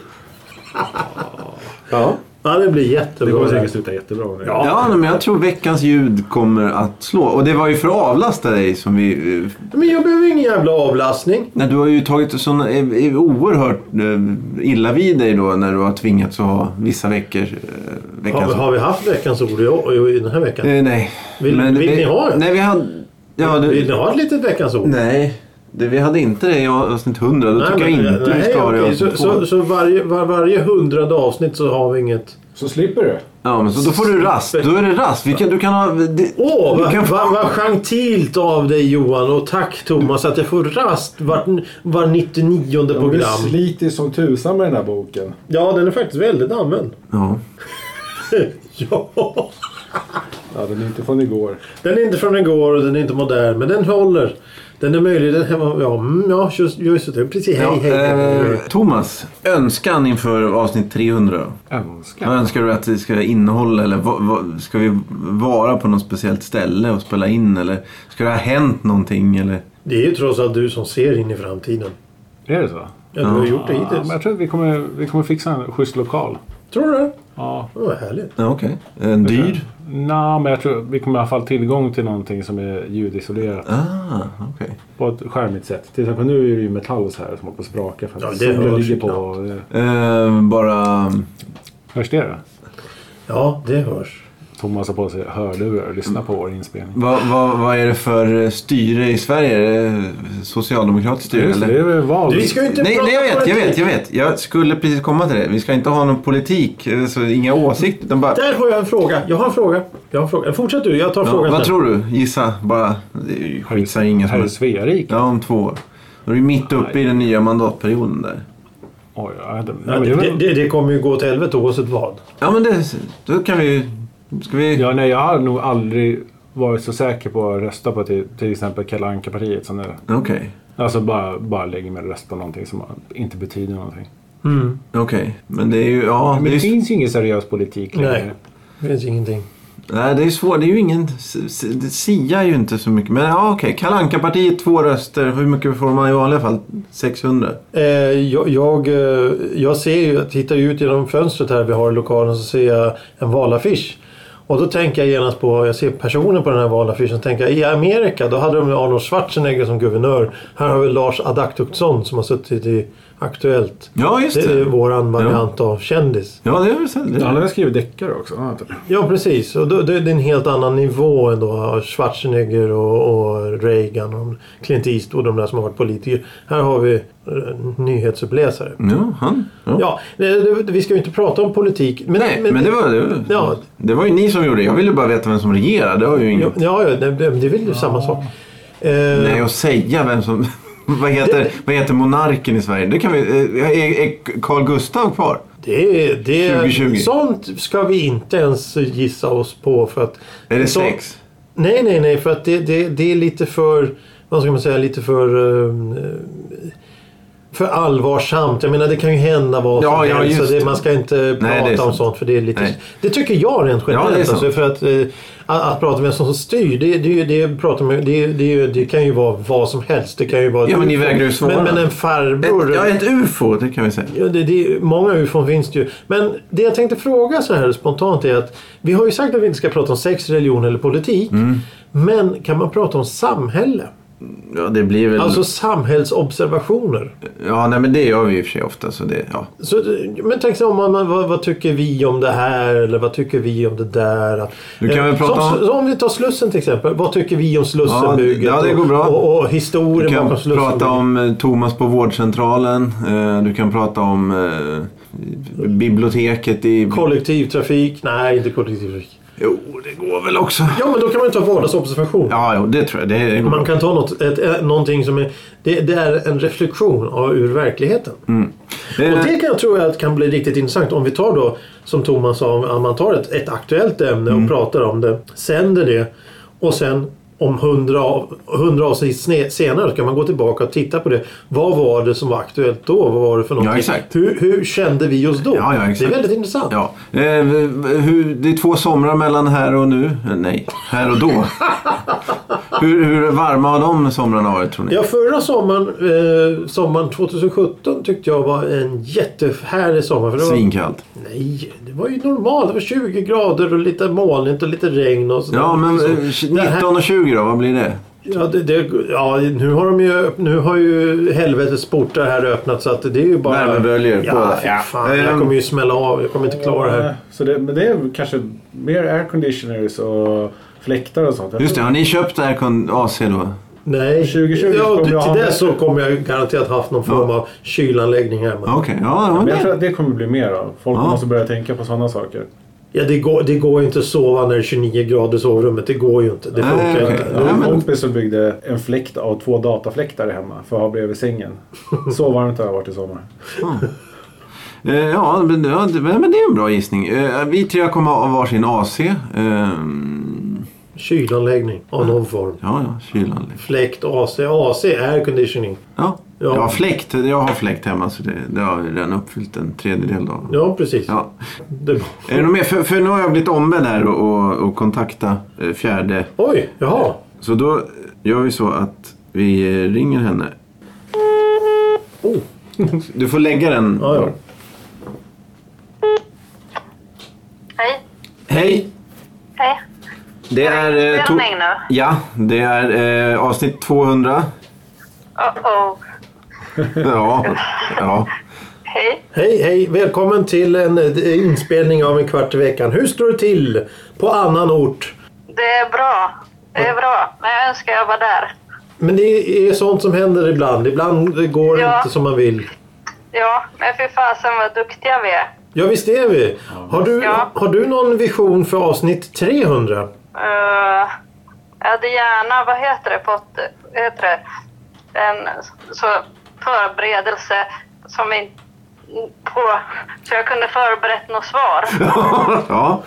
S1: Ja.
S3: Ja, det blir
S1: Det kommer
S3: jättebra.
S1: säkert sluta jättebra. nu.
S3: Ja.
S2: Ja, nej, men jag tror veckans ljud kommer att slå. Och det var ju för att avlasta dig som vi... eh,
S3: Men jag behöver ingen jävla avlastning.
S2: Nej, du har ju tagit sån eh, eh, oerhört eh, illa vid dig då när du har tvingats att ha vissa veckor. eh,
S3: Har,
S2: Veckans...
S3: vi- har vi haft veckans ord i, i, i den här veckan?
S2: Eh, nej.
S3: Vill- vill
S2: det-
S3: ni ha det?
S2: Nej, vi hade... Ja, du...
S3: Vill ni ha ett litet veckans ord?
S2: Nej, det, vi hade inte det i avsnitt 100. Då tycker
S3: men-
S2: jag inte
S3: nej,
S2: vi ska ha det i
S3: okej,
S2: avsnitt
S3: Så, så,
S2: 200.
S3: så varje, var, varje hundrade avsnitt så har vi inget...
S1: Så slipper du.
S2: Ja, men så då får du rast. Då är det rast. Vi kan, du kan ha... Det,
S3: Åh,
S2: du
S3: vad
S2: kan,
S3: vad- vad gentilt av dig Johan och tack Thomas att jag får rast var, var 99
S1: Du
S3: program.
S1: sliter ju som tusan med den här boken.
S3: Ja, den är faktiskt väldigt använd. [LAUGHS]
S2: ja.
S3: ja,
S1: Ja, den är inte från igår.
S3: den är inte från igår och den är inte modern, men den håller. Den är möjlig. Den, ja, mm, ja, just, just det. Precis. Hej,
S2: Ja,
S3: hej.
S2: eh, Thomas, önskan inför avsnitt 300 då?
S1: Önskan.
S2: Vad önskar du att det ska innehålla? Eller vad, vad, ska vi vara på något speciellt ställe och spela in? Eller ska det ha hänt någonting? Eller?
S3: Det är ju trots allt du som ser in i framtiden.
S1: Är det så?
S3: Ja, du har gjort det
S1: Ja, men
S3: hittills.
S1: jag tror att vi kommer, vi kommer fixa en schysst lokal.
S3: Tror du det?
S1: Ja.
S3: Oh, vad härligt.
S2: Ja, okej. En dyr?
S1: Nej, men jag tror vi kommer i alla fall tillgång till någonting som är ljudisolerat.
S2: Ah, okej.
S1: På ett skärmigt sätt. Till exempel nu är det ju metall så här som håller på att spraka. För att
S3: Ja, det
S1: solen
S3: hörs ju
S1: ligger på.
S3: knappt.
S1: och det-
S2: Eh, bara...
S1: Hörs det? Då?
S3: Ja, det hörs.
S1: Thomas har på sig hörlurar och lyssnar på vår inspelning.
S2: Vad vad- vad är det för styre i Sverige? Är det socialdemokratiskt styre?
S1: Just det,
S2: Eller?
S1: det är väl val.
S3: Vi ska ju inte
S2: Nej,
S3: prata
S2: nej, jag vet, jag
S3: politik.
S2: vet, jag vet. Jag skulle precis komma till det. Vi ska inte ha någon politik, eh, så inga åsikter. utan bara...
S3: Där har jag en fråga. Jag har en fråga. Jag har en fråga. Fortsätt du, jag tar
S2: Ja,
S3: frågan
S2: vad
S3: sen.
S2: tror du? Gissa bara. Det är ju Skitsa ingen
S1: Här
S2: som...
S1: i Sverige.
S2: Ja, om två år. Då är vi mitt uppe i den nya mandatperioden där.
S1: Oj, ja, det, nej,
S3: Ja,
S1: men det, är
S3: det,
S1: väl-
S3: det, det kommer ju gå åt helvete oavsett vad.
S2: Ja, men det... Då kan vi... Ska vi...
S1: ja, nej, jag har nog aldrig varit så säker på att rösta på till, till exempel Kalle Anka-partiet som nu.
S2: Okej.
S1: Alltså bara, bara lägger mig och röstar på någonting som inte betyder någonting.
S2: Okej. Men det är ju... Ja,
S1: Men
S2: det
S1: det,
S2: är ju...
S1: finns ju ingen seriös politik
S3: Nej.
S1: längre.
S3: Det finns ingenting.
S2: Nej, det är svårt. Det är ju ingen... s- s- Det siar ju inte så mycket. Men ja, okej. Kalle Anka-partiet, två röster. Hur mycket får man i vanliga fall? 600?
S3: Eh, jag, jag, eh, jag ser ju, tittar ju ut genom fönstret här vi har i lokalen så ser jag en valaffisch. Och då tänker jag genast på, jag ser personen på den här valaffischen, tänker jag i Amerika då hade de ju Arnold Schwarzenegger som guvernör. Här har vi Lars Adaktusson som har suttit i Aktuellt.
S2: Ja, just
S3: Det är ju
S2: det.
S3: våran variant av kändis.
S2: Ja, det är väl så.
S1: Ja, Han
S2: det-
S1: har väl skrivit deckare också? har han inte?
S3: Ja precis, och då, då är det en helt annan nivå ändå av Schwarzenegger och, och Reagan och Clint Eastwood och de där som har varit politiker. Här har vi eh, nyhetsuppläsare.
S2: Ja, han. Ja.
S3: Ja, det- det- vi ska ju inte prata om politik. Men,
S2: Nej, men det var, det, var,
S3: Ja.
S2: det var ju ni som gjorde det. Jag ville bara veta vem som regerade. Det har ju
S3: Ja,
S2: inget...
S3: ja det, det det är väl samma sak. Eh,
S2: Nej, att säga vem som... [LAUGHS] vad, heter, vad heter monarken i Sverige? Det kan vi... eh, Är, är Carl Gustav kvar?
S3: det, det,
S2: 2020.
S3: Sånt ska vi inte ens gissa oss på. För att,
S2: Är det
S3: så-
S2: sex?
S3: Nej, nej, nej. För att det, det, det är lite för... Vad ska man säga? Lite för... eh, För allvarsamt. Jag menar det kan ju hända vad
S2: Ja,
S3: som
S2: ja,
S3: helst. Så
S2: just
S3: det,
S2: det.
S3: man ska inte
S2: Nej, det är
S3: prata om
S2: sant.
S3: sånt. För det, är lite,
S2: Nej.
S3: det tycker jag rent
S2: det är
S3: generellt. alltså,
S2: sant.
S3: för att, eh, att, att prata om vem som styr. Det, det, det, pratar man, det, det, det kan ju vara vad som helst. Det kan ju vara
S2: Ja, men ni vägrar ju svara.
S3: Men, men en
S2: Ett,
S3: farbror.
S2: ja, ett ufo, det kan vi säga.
S3: Ja, det, det, många ufon finns det ju. Men det jag tänkte fråga så här spontant är att vi har ju sagt att vi inte ska prata om sex, religion eller politik.
S2: Mm.
S3: Men kan man prata om samhälle?
S2: Ja, det blir väl...
S3: Alltså samhällsobservationer.
S2: Ja, nej, men det gör vi i och för sig ofta. Så det, ja.
S3: Så, men tänk så om man, man, vad, vad tycker vi om det här eller vad tycker vi om det där? Att- eh,
S2: Du kan väl
S3: som,
S2: prata om-
S3: om... Om vi tar Slussen till exempel. Vad tycker vi om Slussenbygget?
S2: Ja, det går bra.
S3: Och, och, och
S2: Du
S3: historien
S2: kan
S3: bakom Slussenbygget.
S2: prata om eh, Thomas på vårdcentralen. eh, Du kan prata om eh, biblioteket i...
S3: Kollektivtrafik? Nej, inte kollektivtrafik.
S2: Jo, det går väl också.
S3: Ja, men då kan man ju ta vardagsobservation.
S2: Ja, jo, det tror jag. Det, det går
S3: Man kan ta något, ett, eh, någonting som är, det, det är en reflektion av, ur verkligheten.
S2: Det-
S3: Och det kan jag tro att kan bli riktigt intressant om vi tar då, som Thomas sa, om- om man tar ett, ett aktuellt ämne
S2: Mm.
S3: och pratar om det, sänder det och sen om hundra, av- hundra avsnitt sne- senare kan man gå tillbaka och titta på det. Vad var det som var aktuellt då? Vad var det för någonting?
S2: exakt.
S3: Hur, hur kände vi oss då?
S2: Ja, ja,
S3: det är
S2: exakt.
S3: väldigt intressant.
S2: Ja. Eh, hur, det är två somrar mellan här och nu. Eh, Nej, här och
S3: [LAUGHS]
S2: då. hur, hur varma har de somrarna varit tror ni?
S3: Ja, förra sommaren, eh, sommaren 2017 tyckte jag var en jättehärlig sommar. För det var,
S2: Svinkallt.
S3: Nej, det var ju normalt. Det var 20 grader och lite molnigt och lite regn och sådär.
S2: Ja, men
S3: Så-
S2: eh,
S3: Det här-
S2: 19 och 20 då? Vad blir det?
S3: Ja, det, det, ja nu, har de ju, nu har ju helvetets portar här öppnat så att det är ju bara...
S2: Värmeböljor på
S3: Ja,
S2: det.
S3: fy
S2: Ja.
S3: fan. Jag
S2: Ehm.
S3: kommer ju smälla av. Jag kommer inte klara det här.
S1: Så det, men det är kanske mer airconditioners och fläktar och sånt.
S2: Just det, har ni köpt aircon AC då?
S3: Nej.
S1: 2020
S3: ja,
S1: kommer
S3: till
S1: jag ha-
S3: dess så kommer jag garanterat haft någon form av kylanläggning hemma.
S2: Okej, ja. ja,
S1: Men jag tror
S2: det-
S1: att det kommer bli mer av. Folk
S2: Ja.
S1: måste börja tänka på sådana saker.
S3: Ja, det går, det går inte att sova när det är 29 grader i sovrummet. Det går ju inte. Det
S2: Nej,
S3: funkar
S2: okej.
S3: inte.
S1: Jag har
S2: Ja,
S1: en
S2: men-
S1: kompis som byggde en fläkt av två datafläktar hemma för att ha bredvid sängen. Så varmt har jag varit i sommar.
S2: Eh, Ja, men, ja, det- men det är en bra gissning. Eh, Vi tre kommer ha varsin AC. Ehm,
S3: Kylanläggning av någon form.
S2: Ja, ja, kylanläggning.
S3: Fläkt, AC. AC är conditioning.
S2: Ja.
S3: Ja.
S2: Jag har fläkt. Jag har fläkt hemma så det, det har jag redan uppfyllt en tredjedel av.
S3: Ja, precis.
S2: Ja.
S3: Det...
S2: Är det något mer? För, för nu har jag blivit ombedd här och, och, och kontakta eh, fjärde.
S3: Oj, jaha.
S2: Så då gör vi så att vi Vi eh, ringer henne.
S3: Oh.
S2: Du får lägga den.
S3: Ja, ja.
S4: Hej.
S2: Hej!
S4: Hej.
S2: Det är... eh,
S4: Är det
S2: to-
S4: mig nu?
S2: ja, det är eh, avsnitt 200.
S4: Oh, oh.
S2: Ja, ja.
S4: Hej.
S3: Hej, hej! Välkommen till en eh, inspelning av En kvart i veckan. Hur står det till på annan ort?
S4: Det är bra. Det är bra. Men jag önskar jag var där.
S3: Men det är sånt som händer ibland. Ibland går det
S4: Ja.
S3: inte som man vill.
S4: Ja, men fy fasen vad duktiga vi är.
S3: Ja, visst är vi. Har du,
S4: Ja.
S3: har du någon vision för avsnitt 300?
S4: Uh, jag hade gärna, vad heter det, fått heter det, en så, förberedelse som vi på, så jag kunde förberett något svar.
S2: ja.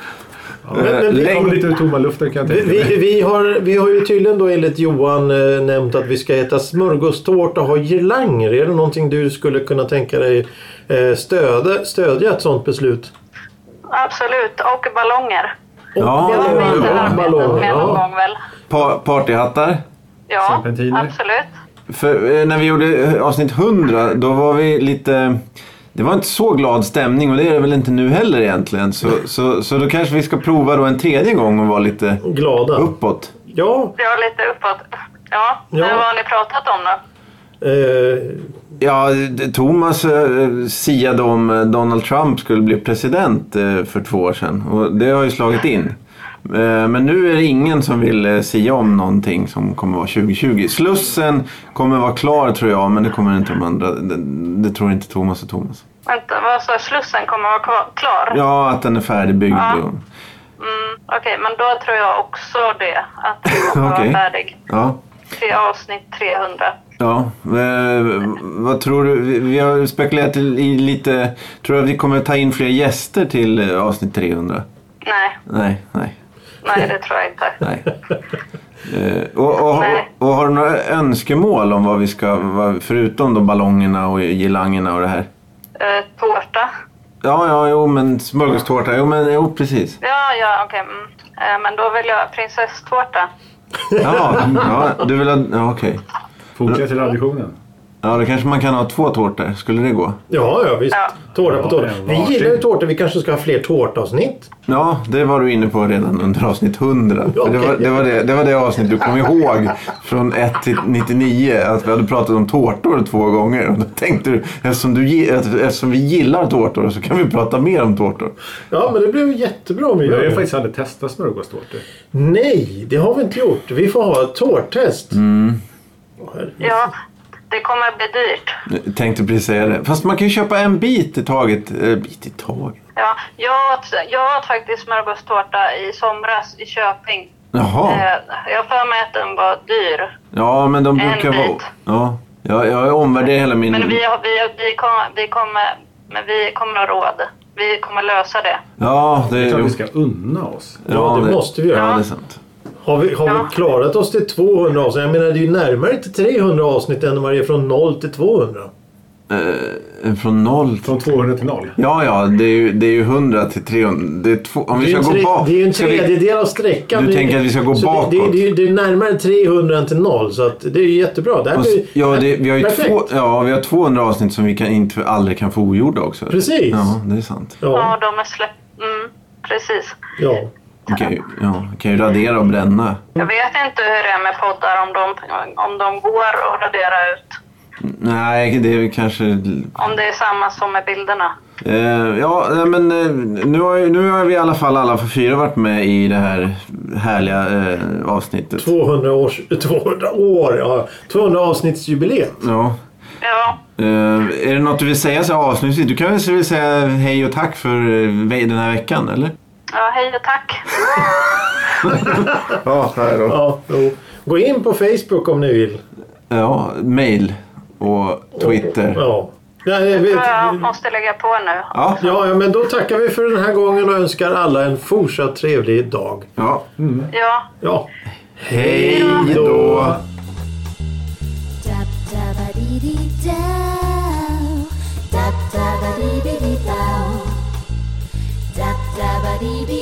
S3: men- men vi
S1: Det kommer
S2: Längd-
S1: lite ur tomma luften kan jag tänka mig.
S3: Vi, vi, har, vi har ju tydligen då enligt Johan eh, nämnt att vi ska äta smörgåstårta och ha girlanger. Är det någonting du skulle kunna tänka dig eh, stödja, stödja ett sånt beslut?
S4: Absolut, och ballonger.
S3: Och
S2: Ja,
S4: Det har
S2: ja,
S4: vi
S2: ja.
S4: inte arbetat
S3: ballonger.
S4: med någon
S3: Ja.
S4: gång väl?
S2: Pa- partyhattar.
S4: Ja,
S1: Serpentiner.
S4: absolut.
S2: För, eh, när vi gjorde eh, avsnitt 100, då var vi lite... Det var inte så glad stämning och det är det väl inte nu heller egentligen. Så, så, så då kanske vi ska prova då en tredje gång och vara lite
S3: Glada.
S2: uppåt.
S3: Ja,
S4: Ja, lite uppåt. Ja,
S3: Ja.
S4: men vad har ni pratat om då?
S3: eh,
S2: Ja, det- Thomas eh, siade om eh, Donald Trump skulle bli president eh, för två år sedan och det har ju slagit in. Eh, Men nu är det ingen som vill eh, sia om någonting som kommer vara 2020. Slussen kommer vara klar tror jag, men det kommer inte de andra. Det, det tror inte Thomas och Thomas.
S4: Vänta, vad sa Slussen kommer vara kvar- klar?
S2: Ja, att den är färdigbyggd.
S4: Ja.
S2: och-
S4: Mm, Okej, men då tror jag också det. Att den kommer
S2: Okej.
S4: vara färdig
S2: Ja.
S4: till avsnitt 300.
S2: Ja, eh, vad tror du? Vi- Vi har spekulerat i- i lite... Tror du att vi kommer ta in fler gäster till eh, avsnitt 300?
S4: Nej,
S2: Nej, nej,
S4: nej det tror jag inte.
S2: nej. Eh, och, och, och,
S4: Nej.
S2: och har du några önskemål om vad vi ska... Vad, förutom då ballongerna och girlangerna och det här?
S4: Eh, tårta?
S2: Ja, ja, jo, men smörgåstårta. Jo, men jo, precis.
S4: Ja, ja, okej. mm. Eh, men då vill jag prinsesstårta.
S2: Ja, ja du vill ha... Ja, okej.
S1: Fortsätt traditionen.
S2: Ja, då kanske man kan ha två tårtor. Skulle det gå?
S3: ja, ja visst.
S4: Ja.
S3: Tårta på
S1: Ja,
S3: tårta.
S1: en
S3: Vi
S1: varsin.
S3: gillar ju tårta. Vi kanske ska ha fler tårtavsnitt.
S2: Ja, det var du inne på redan under avsnitt 100. För Det, var, det, var det, det var det avsnitt du kom ihåg från 1 till 99. Att vi hade pratat om tårtor två gånger. Och då tänkte du, eftersom, du, gi- att- eftersom vi gillar tårtor så kan vi prata mer om tårtor.
S3: Ja, men det blev ju jättebra om vi
S1: Jag
S3: gör
S1: har
S3: det.
S1: faktiskt aldrig testat smörgåstårtor.
S3: Nej, det har vi inte gjort. Vi får ha ett tårttest.
S2: Mm.
S3: Åh, herre.
S4: Ja, det kommer bli dyrt.
S2: Jag tänkte precis säga det. Fast man kan ju köpa en bit i taget. Eh, bit i taget?
S4: Ja, jag, åt, jag åt faktiskt smörgåstårta i somras i Köping.
S2: Jaha.
S4: Eh, jag har för mig att den var dyr.
S2: Ja, men de
S4: en
S2: brukar vara...
S4: bit.
S2: Ja, jag, jag omvärderar hela min...
S4: Men vi, har- vi, vi, kommer, vi, kommer, men vi kommer ha råd. Vi kommer lösa det.
S2: Ja, det
S1: Det är klart
S2: är...
S1: vi ska unna oss.
S3: Ja, det måste vi göra.
S2: Ja, det är sant.
S3: Har, vi, har
S4: Ja.
S3: vi klarat oss till 200 avsnitt? Jag menar, det är ju närmare till 300 avsnitt än vad det är från 0 till 200.
S2: Eh, Från noll till...
S1: Från 200 till 0.
S2: Ja, ja, det är ju, det är ju 100 till 300. Det är två, om vi
S3: Det är,
S2: ska gå
S3: ju tre,
S2: bak.
S3: det är ju en
S2: ska vi-
S3: tredjedel av sträckan.
S2: Du
S3: Det är-
S2: tänker att vi ska gå
S3: så det- Det,
S2: bakåt.
S3: det, är ju- det är närmare 300 än till 0, så att det är ju jättebra. Det här blir,
S2: Ja, det, vi har ju
S3: Perfekt.
S2: två, ja, vi har 200 avsnitt som vi kan inte, aldrig kan få ogjorda också.
S3: Precis.
S2: Ja, det är sant.
S4: Ja,
S3: Ja,
S4: de är släpp... Mm, precis.
S3: ja.
S2: Vi kan ju, ja, vi kan ju radera och bränna.
S4: Jag vet inte hur det är med poddar, om de, om de går att radera ut.
S2: Nej, det är kanske...
S4: Om det är samma som med bilderna.
S2: Eh, ja, nej, men eh, nu har, ju- nu har vi i alla fall alla för fyra varit med i det här härliga eh, avsnittet.
S3: 200 års... 200 år! Ja, 200 avsnittsjubileet.
S2: Ja.
S4: Ja,
S2: Eh, är det något du vill säga så här avslutningsvis? Du kan väl säga hej och tack för eh, ve- den här veckan, eller?
S4: ja hej och tack.
S2: Ja, här då.
S3: Ja, jo. Gå in på Facebook om ni vill.
S2: Ja, mail och Twitter.
S3: Ja. Nej, jag vet.
S4: Jag måste lägga på nu.
S2: Ja,
S3: Ja, ja, men då tackar vi för den här gången och önskar alla en fortsatt trevlig dag.
S2: ja.
S4: Ja,
S3: Ja.
S2: Hej då!
S5: Dab daba dee dee dow. Dab daba dee dee dee dow. Dab daba dee dee